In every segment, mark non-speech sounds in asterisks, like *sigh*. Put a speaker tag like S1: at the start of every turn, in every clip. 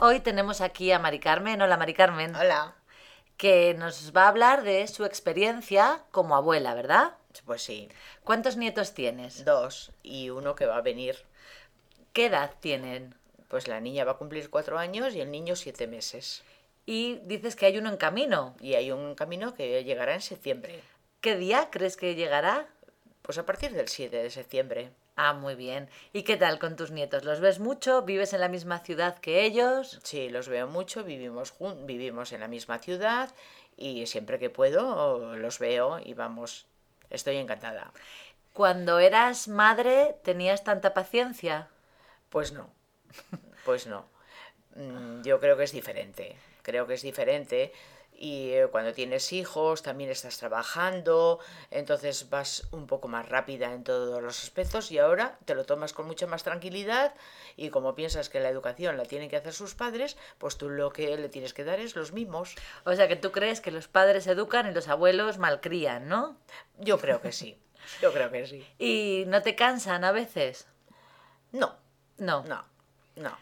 S1: Hoy tenemos aquí a Mari Carmen. Hola, Mari Carmen.
S2: Hola.
S1: Que nos va a hablar de su experiencia como abuela, ¿verdad?
S2: Pues sí,
S1: ¿Cuántos nietos tienes?
S2: dos y uno que va a venir.
S1: ¿Qué edad tienen?
S2: Pues la niña va a cumplir cuatro años y el niño siete meses.
S1: Y dices que hay uno en camino.
S2: Y hay un camino que llegará en septiembre.
S1: ¿Qué día crees que llegará?
S2: Pues a partir del 7 de septiembre.
S1: Ah, muy bien. ¿Y qué tal con tus nietos? ¿Los ves mucho? ¿Vives en la misma ciudad que ellos?
S2: Sí, los veo mucho, vivimos, jun- vivimos en la misma ciudad y siempre que puedo los veo y vamos, estoy encantada.
S1: Cuando eras madre, ¿tenías tanta paciencia?
S2: Pues no, pues no. Mm, Yo creo que es diferente, creo que es diferente. Y eh, cuando tienes hijos también estás trabajando, entonces vas un poco más rápida en todos los aspectos y ahora te lo tomas con mucha más tranquilidad y como piensas que la educación la tienen que hacer sus padres, pues tú lo que le tienes que dar es los mimos.
S1: O sea, que tú crees que los padres educan y los abuelos malcrían, ¿no?
S2: Yo creo que sí, yo creo que sí.
S1: ¿Y no te cansan a veces?
S2: No,
S1: No.
S2: no, no.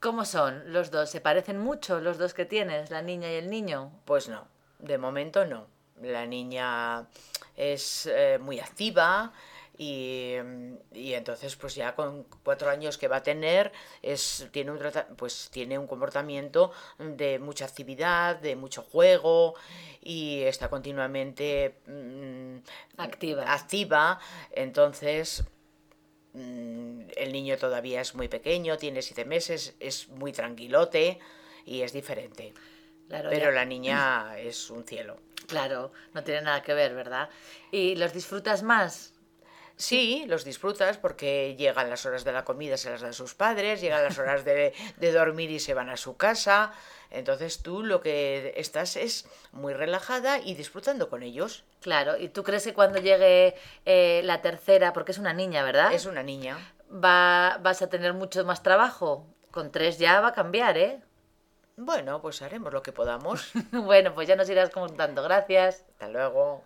S1: ¿Cómo son los dos? ¿Se parecen mucho los dos que tienes, la niña y el niño?
S2: Pues no, de momento no. La niña es eh, muy activa y, mm, y entonces pues ya con cuatro años que va a tener es, tiene, un trata- pues, tiene un comportamiento de mucha actividad, de mucho juego y está continuamente mm,
S1: Activa.
S2: activa. Entonces mm, el niño todavía es muy pequeño, tiene siete meses, es muy tranquilote y es diferente.
S1: Claro,
S2: Pero
S1: ya-
S2: la niña es un cielo.
S1: claro, no tiene nada que ver, ¿verdad? ¿Y los disfrutas más?
S2: Sí, los disfrutas porque llegan las horas de la comida, se las dan sus padres, llegan las horas de, de dormir y se van a su casa. Entonces tú lo que estás es muy relajada y disfrutando con ellos.
S1: Claro, ¿y tú crees que cuando llegue eh, la tercera, porque es una niña, ¿verdad?
S2: Es una niña.
S1: Va, vas a tener mucho más trabajo. Con tres ya va a cambiar, ¿eh? *laughs*
S2: Bueno, pues haremos lo que podamos.
S1: bueno, pues ya nos irás contando. Gracias.
S2: Hasta luego.